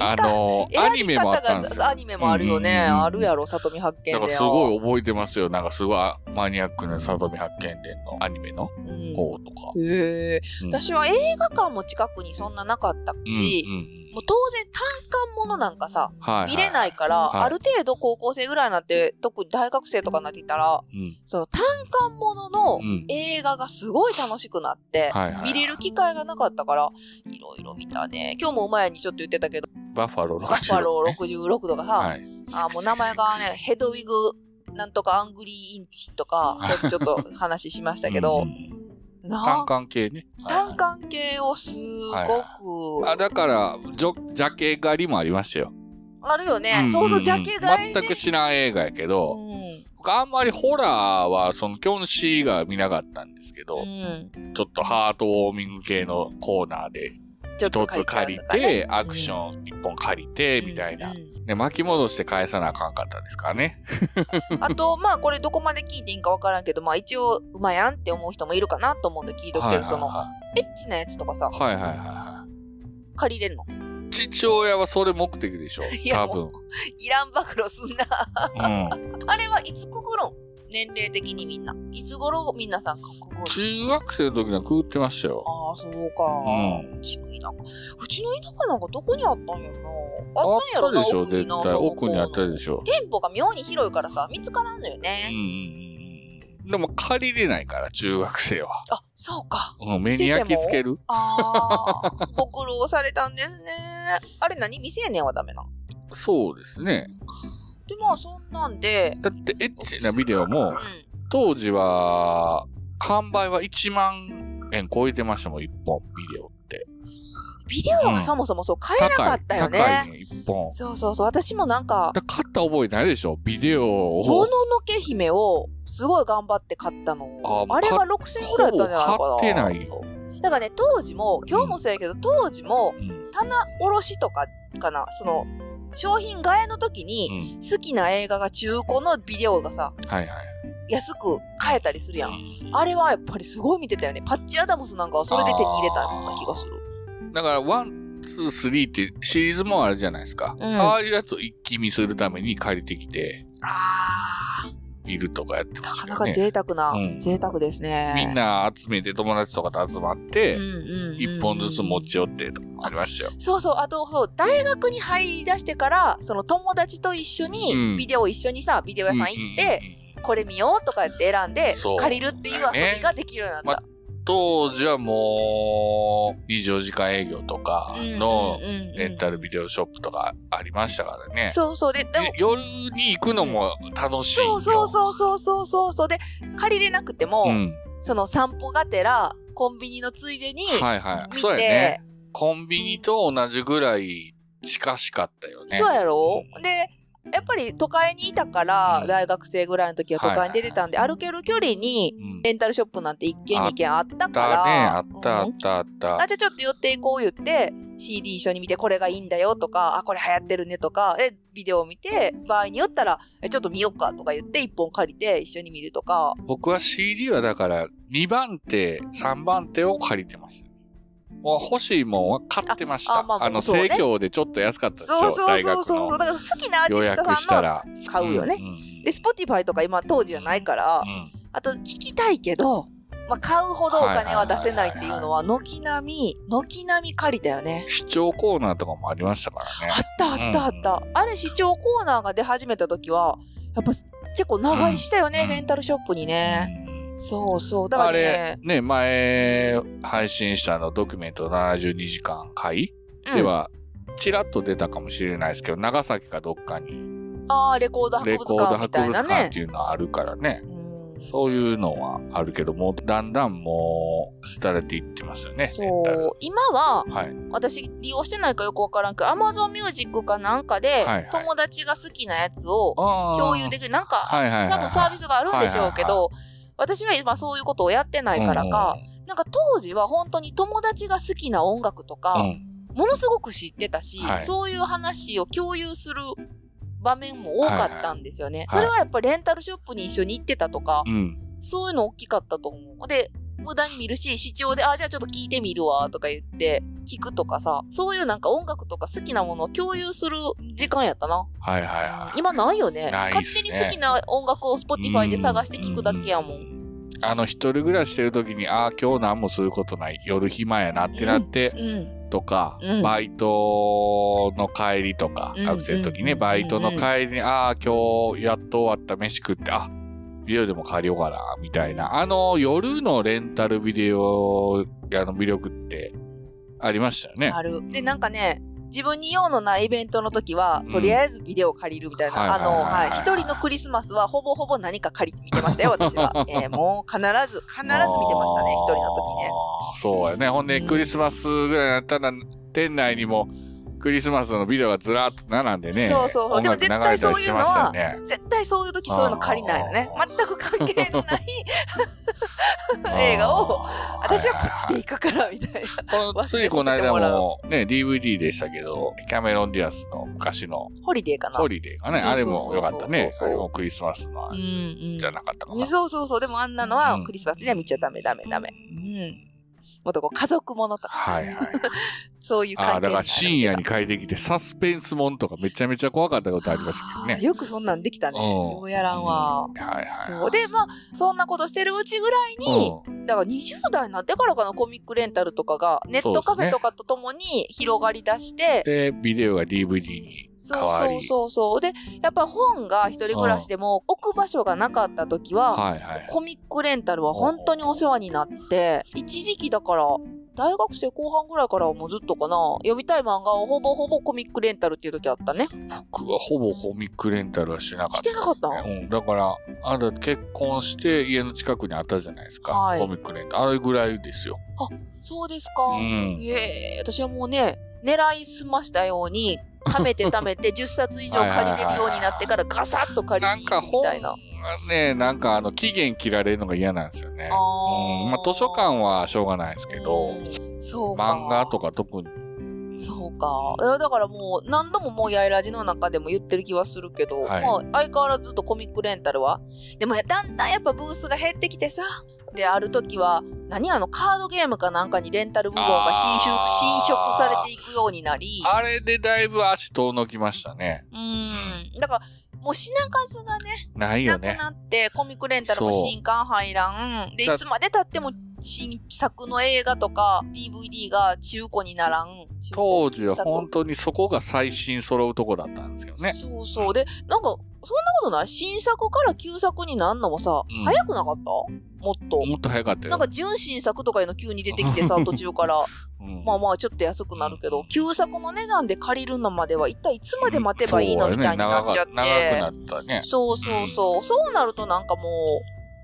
[SPEAKER 1] あの、アニメもあったんですよ。
[SPEAKER 2] アニメもあるよね。
[SPEAKER 1] うんうんうん
[SPEAKER 2] あるやろ、里見発見で。
[SPEAKER 1] だからすごい覚えてますよ。なんかすごいマニアックな里見八犬伝のアニメの
[SPEAKER 2] うん
[SPEAKER 1] 方とか。
[SPEAKER 2] へえ。
[SPEAKER 1] うん
[SPEAKER 2] 私は映画館も近くにそんななかったし、
[SPEAKER 1] うんうん
[SPEAKER 2] もう当然単館ものなんかさ、
[SPEAKER 1] はいはい
[SPEAKER 2] 見れないから、
[SPEAKER 1] はい
[SPEAKER 2] ある程度高校生ぐらいになって、特に大学生とかになっていたら、
[SPEAKER 1] うん
[SPEAKER 2] その単館ものの
[SPEAKER 1] うん
[SPEAKER 2] 映画がすごい楽しくなって、
[SPEAKER 1] はいはい
[SPEAKER 2] 見れる機会がなかったから、いろいろ見たね。今日も前にちょっと言ってたけど、
[SPEAKER 1] バッファロー
[SPEAKER 2] バッファロ
[SPEAKER 1] 66ね
[SPEAKER 2] ー66とかさ、
[SPEAKER 1] はい。
[SPEAKER 2] あーもう名前がね、ヘドウィグ、なんとかアングリーインチとか、ちょちょっと話しました
[SPEAKER 1] *laughs*
[SPEAKER 2] け
[SPEAKER 1] う
[SPEAKER 2] ど
[SPEAKER 1] ん、うん
[SPEAKER 2] な
[SPEAKER 1] 単
[SPEAKER 2] んか、
[SPEAKER 1] 管系ね。
[SPEAKER 2] 単管系をすごく、
[SPEAKER 1] あ、だから、ジョ、ジャケ狩りもありましたよ。
[SPEAKER 2] あるよ
[SPEAKER 1] んん
[SPEAKER 2] ね。
[SPEAKER 1] ん
[SPEAKER 2] そうそう、ジャケ買いで。
[SPEAKER 1] 全く知らん映画やけ
[SPEAKER 2] う
[SPEAKER 1] ど、
[SPEAKER 2] ん。
[SPEAKER 1] 僕あんまりホラーは、その、キョンシーが見なかったんですけど、
[SPEAKER 2] うん
[SPEAKER 1] ちょっとハートウォーミング系のコーナーで、
[SPEAKER 2] ちょっと
[SPEAKER 1] 一つ借りて、アクション一本借りて、みたいな
[SPEAKER 2] う。ん
[SPEAKER 1] ね、巻き戻して返さなあかんかったですからね。 *laughs*
[SPEAKER 2] あと、まあ、これどこまで聞いていいんかわからんけど、まあ、一応、うまやんって思う人もいるかなと思うんで聞いとく
[SPEAKER 1] はい
[SPEAKER 2] け
[SPEAKER 1] はい
[SPEAKER 2] ど、その、
[SPEAKER 1] は
[SPEAKER 2] エッチなやつとかさ
[SPEAKER 1] い。、はいはいはいは
[SPEAKER 2] 借りれんの。
[SPEAKER 1] い。父親はそれ目的でしょ
[SPEAKER 2] *laughs* い。
[SPEAKER 1] 多
[SPEAKER 2] や
[SPEAKER 1] 分。
[SPEAKER 2] いらん暴露すんな。 *laughs*
[SPEAKER 1] うん。
[SPEAKER 2] あれはいつくぐるん年齢的にみんな。いつ頃みんなさんかくぐるん
[SPEAKER 1] 中学生の時には食ってましたよ。
[SPEAKER 2] ああ、そうか。
[SPEAKER 1] う
[SPEAKER 2] うちの田舎。うちの田舎なんかどこにあったんやろな。あったんやろ
[SPEAKER 1] で
[SPEAKER 2] な、
[SPEAKER 1] しょ、
[SPEAKER 2] 奥に
[SPEAKER 1] 絶
[SPEAKER 2] な。
[SPEAKER 1] 対。
[SPEAKER 2] その
[SPEAKER 1] 奥にあったでしょ。
[SPEAKER 2] 店舗が妙に広いからさ、見つからんのよ
[SPEAKER 1] うんう
[SPEAKER 2] ね。
[SPEAKER 1] んうん。でも借りれないから、中学生は。
[SPEAKER 2] あ、そうか。
[SPEAKER 1] うん、目に焼き付ける
[SPEAKER 2] ああ、 *laughs* ご苦労されたんですね。あれ何未成年はダメなの
[SPEAKER 1] そうですね。
[SPEAKER 2] で、まあそんなんで、
[SPEAKER 1] だって、エッチなビデオも
[SPEAKER 2] うん、。
[SPEAKER 1] 当時は、販売は1万円超えてましたもん、1本、ビデオって。
[SPEAKER 2] ビデオがそもそもそう買えなか
[SPEAKER 1] 高
[SPEAKER 2] っ
[SPEAKER 1] い、
[SPEAKER 2] たよね。
[SPEAKER 1] 高いね、1本。
[SPEAKER 2] そうそうそう。私もなんか、
[SPEAKER 1] だから買った覚えないでしょ、ビデオ
[SPEAKER 2] も
[SPEAKER 1] を。
[SPEAKER 2] ののけ姫をすごい頑張って買ったの。
[SPEAKER 1] あ
[SPEAKER 2] あ
[SPEAKER 1] もう
[SPEAKER 2] れが
[SPEAKER 1] か
[SPEAKER 2] 6000円
[SPEAKER 1] ほ
[SPEAKER 2] ぐらいだ
[SPEAKER 1] ぼ
[SPEAKER 2] ったんじゃないかな。
[SPEAKER 1] 買ってないよ。
[SPEAKER 2] だからね、当時も、今日もそうやけど、当時も
[SPEAKER 1] う、ん。
[SPEAKER 2] 棚卸しとかかな、その、商品替えの時
[SPEAKER 1] う
[SPEAKER 2] に、
[SPEAKER 1] ん。
[SPEAKER 2] 好きな映画が中古のビデオがさ、
[SPEAKER 1] はいはい。
[SPEAKER 2] 安く買えたりするや。
[SPEAKER 1] うんん
[SPEAKER 2] あれはやっぱりすごい見てたよね。パッチアダムスなんかはそれで手に入れたような気がする。
[SPEAKER 1] だから、ワン、ツー、スリーってシリーズもあるじゃないですか。
[SPEAKER 2] ん
[SPEAKER 1] ああいうやつを一気見するために借りてきて、
[SPEAKER 2] あー、
[SPEAKER 1] いるとかやってま
[SPEAKER 2] な
[SPEAKER 1] し
[SPEAKER 2] か
[SPEAKER 1] た
[SPEAKER 2] な
[SPEAKER 1] よ
[SPEAKER 2] か
[SPEAKER 1] ね。
[SPEAKER 2] 贅沢な、
[SPEAKER 1] うん
[SPEAKER 2] 贅沢ですね。
[SPEAKER 1] みん、な集めて友達とかと集まって、一、
[SPEAKER 2] 一
[SPEAKER 1] 本ずつ持ち寄ってとかありましたよ。
[SPEAKER 2] そうそう、あと、そう、大学に入り出してから、その友達と一緒
[SPEAKER 1] うん
[SPEAKER 2] に、ビデオ一緒にさ、ビデオ屋さん行って
[SPEAKER 1] うん、うんうんうん
[SPEAKER 2] これ見ようとかやって選んで
[SPEAKER 1] そう、
[SPEAKER 2] 借りるっていう遊びができるようになった。
[SPEAKER 1] 当時はもう、24時間営業とかの
[SPEAKER 2] うんうんうんうん
[SPEAKER 1] レンタルビデオショップとかありましたからね。
[SPEAKER 2] そうそう、で、でも
[SPEAKER 1] で、夜に行くのも楽しい
[SPEAKER 2] そ
[SPEAKER 1] よ。
[SPEAKER 2] うそうそうそうそうそうそう、で、借りれなくても、
[SPEAKER 1] うん。
[SPEAKER 2] その散歩がてら、コンビニのついでに、
[SPEAKER 1] はいはい。
[SPEAKER 2] 見
[SPEAKER 1] そうやね
[SPEAKER 2] て。、
[SPEAKER 1] コンビニと同じぐらい近しかったよね。
[SPEAKER 2] そうやろ
[SPEAKER 1] うん
[SPEAKER 2] で、やっぱり都会にいたか
[SPEAKER 1] う
[SPEAKER 2] ら
[SPEAKER 1] ん、
[SPEAKER 2] 大学生ぐらいの時は都会に出てたんで、歩ける距離に、
[SPEAKER 1] うん。
[SPEAKER 2] レンタルショップなんて一軒二軒あっ
[SPEAKER 1] だ
[SPEAKER 2] たか
[SPEAKER 1] ね、
[SPEAKER 2] ら。
[SPEAKER 1] あったあ
[SPEAKER 2] うん
[SPEAKER 1] ったあった。
[SPEAKER 2] あ、じゃあちょっと寄っていこう言って、CD 一緒に見てこれがいいんだよとか、あ、これ流行ってるねとか、え、ビデオを見て、場合によったら、え、ちょっと見よっかとか言って、一本借りて一緒に見るとか、
[SPEAKER 1] 僕は CD はだから2番手、3番手を借りてました。もう欲しいもんは買ってました。あ
[SPEAKER 2] ああまあ
[SPEAKER 1] の、
[SPEAKER 2] そうね
[SPEAKER 1] 生協でちょっと安かったでしょ、
[SPEAKER 2] そうそう
[SPEAKER 1] 大
[SPEAKER 2] そう
[SPEAKER 1] 学
[SPEAKER 2] そうそう、
[SPEAKER 1] の
[SPEAKER 2] だから好きなアーテ
[SPEAKER 1] 予
[SPEAKER 2] ィス
[SPEAKER 1] 約
[SPEAKER 2] ト
[SPEAKER 1] した
[SPEAKER 2] さんの
[SPEAKER 1] ら。
[SPEAKER 2] 買うよね。
[SPEAKER 1] んん
[SPEAKER 2] で、Spotify とか今当時はないから、
[SPEAKER 1] うん
[SPEAKER 2] あと聞きたいけど、まあ、買うほどお金は出せないっていうのは、軒並み、軒並み借りたよね。
[SPEAKER 1] 視聴コーナーとかもありましたからね
[SPEAKER 2] あ。ったあったあった。あれ、視聴コーナーが出始めた時は、やっぱ結構長居したよね、
[SPEAKER 1] うん
[SPEAKER 2] レンタルショップにね。
[SPEAKER 1] うん
[SPEAKER 2] そうそう。だか
[SPEAKER 1] あ
[SPEAKER 2] ら
[SPEAKER 1] れ
[SPEAKER 2] ね、、
[SPEAKER 1] ね、前、配信したあの、ドキュメント72時間回
[SPEAKER 2] うん
[SPEAKER 1] では、ちらっと出たかもしれないですけど、長崎かどっかに、
[SPEAKER 2] ああ、レコード博
[SPEAKER 1] レ
[SPEAKER 2] 物
[SPEAKER 1] コード
[SPEAKER 2] 館
[SPEAKER 1] 博
[SPEAKER 2] みたい
[SPEAKER 1] 物
[SPEAKER 2] な
[SPEAKER 1] 館
[SPEAKER 2] ね
[SPEAKER 1] っ。ていうのはあるからね。
[SPEAKER 2] うん
[SPEAKER 1] そういうのはあるけど、もうだんだんもう、廃れていってますよね。レンタル
[SPEAKER 2] そう。今は、
[SPEAKER 1] はい。
[SPEAKER 2] 私利用してないかよくわからんけど、Amazon Music かなんかで
[SPEAKER 1] はいはい、
[SPEAKER 2] 友達が好きなやつを
[SPEAKER 1] あー
[SPEAKER 2] 共有できる。なんか、
[SPEAKER 1] はいはいはい、
[SPEAKER 2] 多分サービスがあるんでしょうけ
[SPEAKER 1] は
[SPEAKER 2] ど、私は今そういうことをやってないからか、なんか当時は本当に友達が好きな音楽
[SPEAKER 1] う
[SPEAKER 2] と
[SPEAKER 1] んうん
[SPEAKER 2] か、
[SPEAKER 1] うん
[SPEAKER 2] ものすごく知ってたし、
[SPEAKER 1] はい
[SPEAKER 2] そういう話を共有する場面も多かったんですよね。それはやっぱりレンタルショップに一緒に行ってたとか、
[SPEAKER 1] うん。
[SPEAKER 2] そういうの大きかったと思う。で、無駄に見るし、視聴で、あ、じゃあちょっと聞いてみるわ、とか言って、聞くとかさ、そういうなんか音楽とか好きなものを共有する時間やったな。
[SPEAKER 1] はいはいはい。
[SPEAKER 2] 今ないよね。
[SPEAKER 1] ないっすね
[SPEAKER 2] 勝手に好きな音楽を Spotify で探して聞くだけやもん。
[SPEAKER 1] ん。あの、一人暮らししてる時に、ああ、今日何もすることない。夜暇やなってなって、
[SPEAKER 2] うん。
[SPEAKER 1] とか、
[SPEAKER 2] うん
[SPEAKER 1] バイトの帰りとか、
[SPEAKER 2] うん
[SPEAKER 1] 学生の時
[SPEAKER 2] う
[SPEAKER 1] ね、
[SPEAKER 2] ん
[SPEAKER 1] バイトの帰りに、ああ、今日やっと終わった飯食って、あビデオでも借りようかな、みたいな。あの、夜のレンタルビデオ屋の魅力ってありましたよね。
[SPEAKER 2] ある。で、なんかね、自分に用のないイベントの時は、とりあえずビデオ借りるみたいな。
[SPEAKER 1] うん
[SPEAKER 2] あの、
[SPEAKER 1] は
[SPEAKER 2] はい
[SPEAKER 1] はいはい
[SPEAKER 2] い。
[SPEAKER 1] はい
[SPEAKER 2] 一人のクリスマスはほぼほぼ何か借りて見てました
[SPEAKER 1] *laughs*
[SPEAKER 2] よ、私は。えーもう必ず、必ず見てましたね、一人の時ね。
[SPEAKER 1] あー。そうやね。ほんで、
[SPEAKER 2] うん
[SPEAKER 1] クリスマスぐらいになったら、店内にもクリスマスのビデオがずらっと並んでね。
[SPEAKER 2] そうそうそう
[SPEAKER 1] 音楽
[SPEAKER 2] でも
[SPEAKER 1] 流れ
[SPEAKER 2] 絶対
[SPEAKER 1] たり
[SPEAKER 2] そう
[SPEAKER 1] し
[SPEAKER 2] いう
[SPEAKER 1] て
[SPEAKER 2] の
[SPEAKER 1] ま
[SPEAKER 2] は
[SPEAKER 1] したよね。
[SPEAKER 2] 絶対そういう時そういうの借りないのね
[SPEAKER 1] あ。
[SPEAKER 2] 全く関係の
[SPEAKER 1] *laughs*
[SPEAKER 2] ない映画を、
[SPEAKER 1] あー
[SPEAKER 2] 私はこっちで行くから、みたいな。
[SPEAKER 1] この
[SPEAKER 2] 忘れさ
[SPEAKER 1] つ
[SPEAKER 2] せ
[SPEAKER 1] い
[SPEAKER 2] て
[SPEAKER 1] この間
[SPEAKER 2] もら
[SPEAKER 1] もね、DVD でしたけど、キャメロン・ディアスの昔の
[SPEAKER 2] ホリデーかな。
[SPEAKER 1] ホリデーがね、
[SPEAKER 2] そう
[SPEAKER 1] あれ
[SPEAKER 2] そう
[SPEAKER 1] も
[SPEAKER 2] そう
[SPEAKER 1] 良かったね。
[SPEAKER 2] そうそうそう
[SPEAKER 1] あれもクリスマスのあ
[SPEAKER 2] う
[SPEAKER 1] れ
[SPEAKER 2] んうん
[SPEAKER 1] じゃなかったかな。
[SPEAKER 2] そうそうそう。でもあんなの
[SPEAKER 1] う
[SPEAKER 2] は
[SPEAKER 1] ん
[SPEAKER 2] クリスマスには見ちゃダメ、ダメ、ダメ。うん。もっとこう家族ものとか、
[SPEAKER 1] はいはい。
[SPEAKER 2] そういう
[SPEAKER 1] ああ、
[SPEAKER 2] 関係
[SPEAKER 1] だから深夜に
[SPEAKER 2] 帰
[SPEAKER 1] 帰ってきて、サスペンスもんとかめちゃめちゃ怖かったことありましたけどね。
[SPEAKER 2] よくそんなんできたね。
[SPEAKER 1] うん
[SPEAKER 2] ようやらんわ。
[SPEAKER 1] うんはいはい。
[SPEAKER 2] そう。で、まあ、そんなことしてるうちぐらいに、
[SPEAKER 1] うん
[SPEAKER 2] だから20代になってからかな、コミックレンタルとかが、ネットカフェとかとともに広がりだして、
[SPEAKER 1] で、ビデオが DVD に変
[SPEAKER 2] そう
[SPEAKER 1] わり。
[SPEAKER 2] そうそうそう。で、やっぱ本が一人暮らしでも置く場所がなかった時は、
[SPEAKER 1] はいはい。
[SPEAKER 2] コミックレンタルは本当にお世話になって、一時期だから、大学生後半ぐらいからはもうずっとかな、読みたい漫画をほぼほぼコミックレンタルっていう時あったね。
[SPEAKER 1] 僕はほぼコミックレンタルはしてなかったです、
[SPEAKER 2] してなかっ
[SPEAKER 1] う
[SPEAKER 2] た
[SPEAKER 1] ん。だから、あなた結婚して家の近くにあったじゃないですか。
[SPEAKER 2] はい
[SPEAKER 1] コミックレンタル。あれぐらいですよ。
[SPEAKER 2] そうですか。
[SPEAKER 1] うん。
[SPEAKER 2] ええ私はもうね、狙いすましたように、貯めて貯めて10冊以上借りれるようになってからガサッと借り
[SPEAKER 1] な
[SPEAKER 2] る
[SPEAKER 1] んか
[SPEAKER 2] み
[SPEAKER 1] 本
[SPEAKER 2] たいな
[SPEAKER 1] が。ね、なんかあの、期限切られるのが嫌なんですよね。
[SPEAKER 2] あー
[SPEAKER 1] うん。まあ図書館はしょうがないですけど、
[SPEAKER 2] うんそうか。
[SPEAKER 1] 漫画とか特に。
[SPEAKER 2] そうか。いやだからもう何度ももうやいラジの中でも言ってる気はするけど、
[SPEAKER 1] はい
[SPEAKER 2] まあ相変わらずずっとコミックレンタルは。でもやだんだんやっぱブースが減ってきてさ。で、ある時は、何あのカードゲームかなんかにレンタル部門が侵
[SPEAKER 1] あー
[SPEAKER 2] 食侵食されていくようになり、
[SPEAKER 1] あれでだいぶ足遠のきましたね。
[SPEAKER 2] うん。だからもう品数がね、
[SPEAKER 1] ないよ
[SPEAKER 2] なく
[SPEAKER 1] ね。
[SPEAKER 2] なって、コミックレンタルも
[SPEAKER 1] そう
[SPEAKER 2] 新刊入らん。で、い
[SPEAKER 1] だ
[SPEAKER 2] つまで経っても新作の映画とか DVD が中古にならん。
[SPEAKER 1] 当時は
[SPEAKER 2] 中古
[SPEAKER 1] 本当にそこが最新揃うとこだったんですよね。
[SPEAKER 2] そうそう。で、なんか、そんなことない新作から旧作になんのもさ、
[SPEAKER 1] うん
[SPEAKER 2] 早くなかったもっと。
[SPEAKER 1] もっと早かったよ。
[SPEAKER 2] なんか、純新作とかいうの急に出てきて
[SPEAKER 1] *laughs*
[SPEAKER 2] さ、途中から。
[SPEAKER 1] うん
[SPEAKER 2] まあまあ、ちょっと安くなるけど、旧作の値段で借りるのまでは、一体いつまで待てばいいのみたいになっちゃって。
[SPEAKER 1] そうやね長か長くなったね。
[SPEAKER 2] そうそうそう。そうなるとなんかも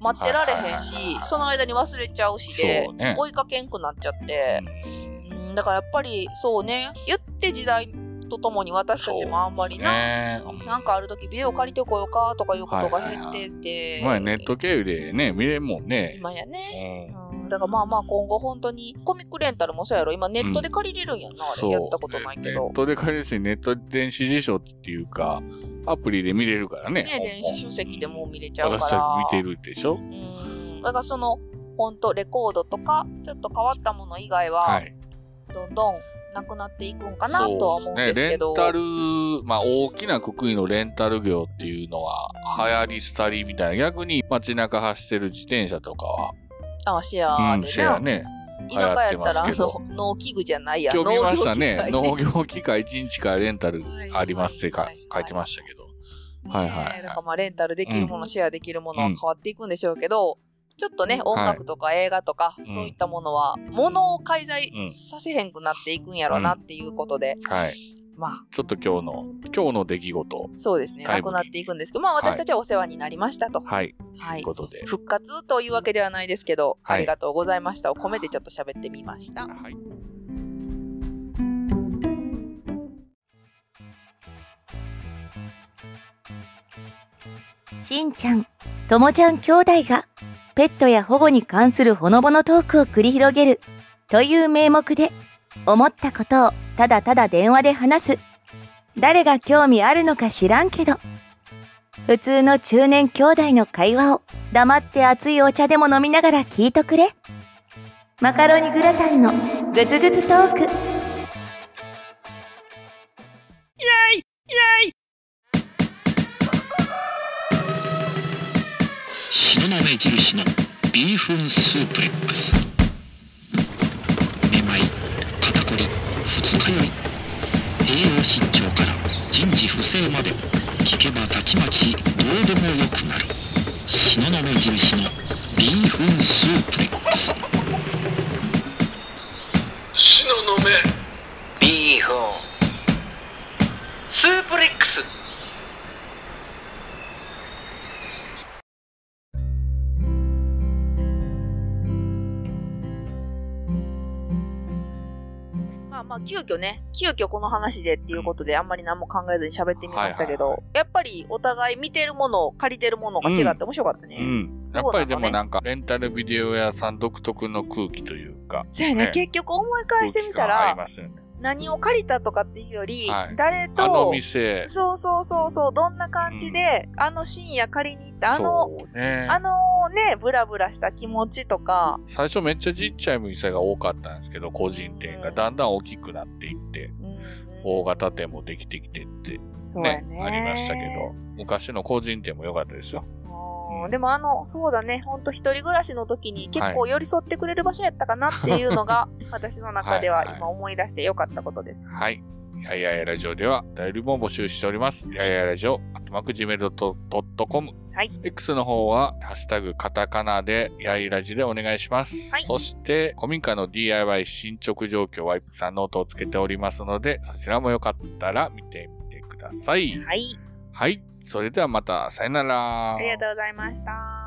[SPEAKER 2] う、待ってられへん
[SPEAKER 1] はいはいはい
[SPEAKER 2] し
[SPEAKER 1] は、い
[SPEAKER 2] その間に忘れちゃうしで
[SPEAKER 1] そうね、
[SPEAKER 2] 追いかけんくなっちゃって。うんだからやっぱり、そうね、言って時代とともに私たちもあんまりな、
[SPEAKER 1] ねうん
[SPEAKER 2] なんかある時ビデオ借りてこようかとかいうことが減ってて。
[SPEAKER 1] まあネット経由でね、見れんもんね。
[SPEAKER 2] 今やね。
[SPEAKER 1] うん
[SPEAKER 2] うんだからまあまあ今後本当にコミックレンタルもそうやろ今ネットで借りれるんやな、あれやったことないけ
[SPEAKER 1] ネッ
[SPEAKER 2] ど。
[SPEAKER 1] トで借りるし、ネットで電子辞書っていうか、アプリで見れるからね。
[SPEAKER 2] ね、電子書籍でもう見れちゃうから。
[SPEAKER 1] 私たち見てるでしょ
[SPEAKER 2] うんだからその本当レコードとかちょっと変わったもの以外
[SPEAKER 1] は。
[SPEAKER 2] はいどんどんなくなっていくんかなとは思うん
[SPEAKER 1] そう
[SPEAKER 2] です
[SPEAKER 1] ね。レ
[SPEAKER 2] け
[SPEAKER 1] ン
[SPEAKER 2] ど、
[SPEAKER 1] タル、まあ大きなくくりのレンタル業っていうのは流行り廃りみたいな。逆に街中走ってる自転車とかは、
[SPEAKER 2] あシェア
[SPEAKER 1] う
[SPEAKER 2] で
[SPEAKER 1] ん、
[SPEAKER 2] ね,、
[SPEAKER 1] シェアね。
[SPEAKER 2] 田舎やったら
[SPEAKER 1] 流行ってます
[SPEAKER 2] あ
[SPEAKER 1] けど
[SPEAKER 2] の農機具じゃないや
[SPEAKER 1] 今日見ましたね。農
[SPEAKER 2] 農業機
[SPEAKER 1] 業機械1日からレンタルありますってか
[SPEAKER 2] はいはい
[SPEAKER 1] 書いてましたけど。
[SPEAKER 2] 械
[SPEAKER 1] はいはい
[SPEAKER 2] ねだからまあレンタルできるもの、
[SPEAKER 6] うん
[SPEAKER 2] シェアできるものは
[SPEAKER 1] うん
[SPEAKER 2] 変わっていくんでしょうけど、ちょっとね、音楽とか映画とか、
[SPEAKER 1] ん
[SPEAKER 2] そういったものは、ものを介在
[SPEAKER 1] うん
[SPEAKER 2] させへんくなっていくんやろなっていうことで、
[SPEAKER 1] はい。
[SPEAKER 2] まあ、
[SPEAKER 1] ちょっと今日の、今日の出来事。
[SPEAKER 2] そうですね、
[SPEAKER 1] タイム
[SPEAKER 2] な
[SPEAKER 1] リ
[SPEAKER 2] く
[SPEAKER 1] ー
[SPEAKER 2] なっていくんですけど、まあ私たちはお世話になりましたと。
[SPEAKER 1] はい。
[SPEAKER 2] は
[SPEAKER 1] とい。
[SPEAKER 2] いう
[SPEAKER 1] ことで。
[SPEAKER 2] 復活というわけではないですけど、
[SPEAKER 1] はい
[SPEAKER 2] ありがとうございましたを込めてちょっと喋ってみました。
[SPEAKER 1] はい。
[SPEAKER 7] しんちゃん、ともちゃん兄弟がペットや保護に関するほのぼのトークを繰り広げるという名目で思ったことをただただ電話で話す。誰が興味あるのか知らんけど。普通の中年兄弟の会話を黙って熱いお茶でも飲みながら聞いとくれ。マカロニグラタンのグツグツトーク。
[SPEAKER 8] 白鍋印のビーフンスープレックスめまい肩こり二日酔い栄養失調から人事不正まで聞けばたちまちどうでもよくなる白鍋印のビーフンスープレックス白鍋ビーフンスープレックス
[SPEAKER 2] まあまあ、急遽ね、急遽この話でっていうことで、あんまり何も考えずに喋ってみましたけど、
[SPEAKER 1] はいはい
[SPEAKER 2] やっぱりお互い見てるもの、借りてるものが違って面白かったね。
[SPEAKER 1] うん。
[SPEAKER 2] そ
[SPEAKER 1] や
[SPEAKER 2] う
[SPEAKER 1] っ
[SPEAKER 2] なのね
[SPEAKER 1] ぱりでもなんか、レンタルビデオ屋さん独特の空気というか。
[SPEAKER 2] そうやね
[SPEAKER 1] ね
[SPEAKER 2] 結局思い返してみた
[SPEAKER 1] 空気感あり
[SPEAKER 2] ら、
[SPEAKER 1] ますよね。
[SPEAKER 2] 何を借りたとかっていうより、
[SPEAKER 1] はい
[SPEAKER 2] 誰
[SPEAKER 1] あの
[SPEAKER 2] と、
[SPEAKER 1] 店、
[SPEAKER 2] そうそうそうそう、どんな感じで、あの深夜借りに行った、あの、
[SPEAKER 1] そうね。
[SPEAKER 2] あのね、ブラブラした気持ちとか、
[SPEAKER 1] 最初めっちゃちっちゃい店が多かったんですけど、個人店がだんだん大きくなっていって、
[SPEAKER 2] うん
[SPEAKER 1] 大型店もできてきてって
[SPEAKER 2] そう
[SPEAKER 1] ね、
[SPEAKER 2] やね。
[SPEAKER 1] ありましたけど、昔の個人店も良かったですよ。
[SPEAKER 2] うんでもあの、そうだね、ほんと一人暮らしの時に結構寄り添ってくれる場所やったかなっていう
[SPEAKER 1] *laughs*
[SPEAKER 2] のが、私の中では
[SPEAKER 1] はいはい
[SPEAKER 2] 今思い出してよかったことです。
[SPEAKER 1] はい。やいやいやラジオでは、ダイルも募集しております。やいやいやラジオ、あとまくじめる .com。
[SPEAKER 2] はい。
[SPEAKER 1] X の方は、ハッシュタグカタカナで、やいラジでお願いします。
[SPEAKER 2] はい
[SPEAKER 1] そして、古民家の DIY 進捗状況ワイプさんノートをつけておりますので、そちらもよかったら見てみてください。
[SPEAKER 2] はい、
[SPEAKER 1] はい。それではまた、さよなら。
[SPEAKER 2] ありがとうございました。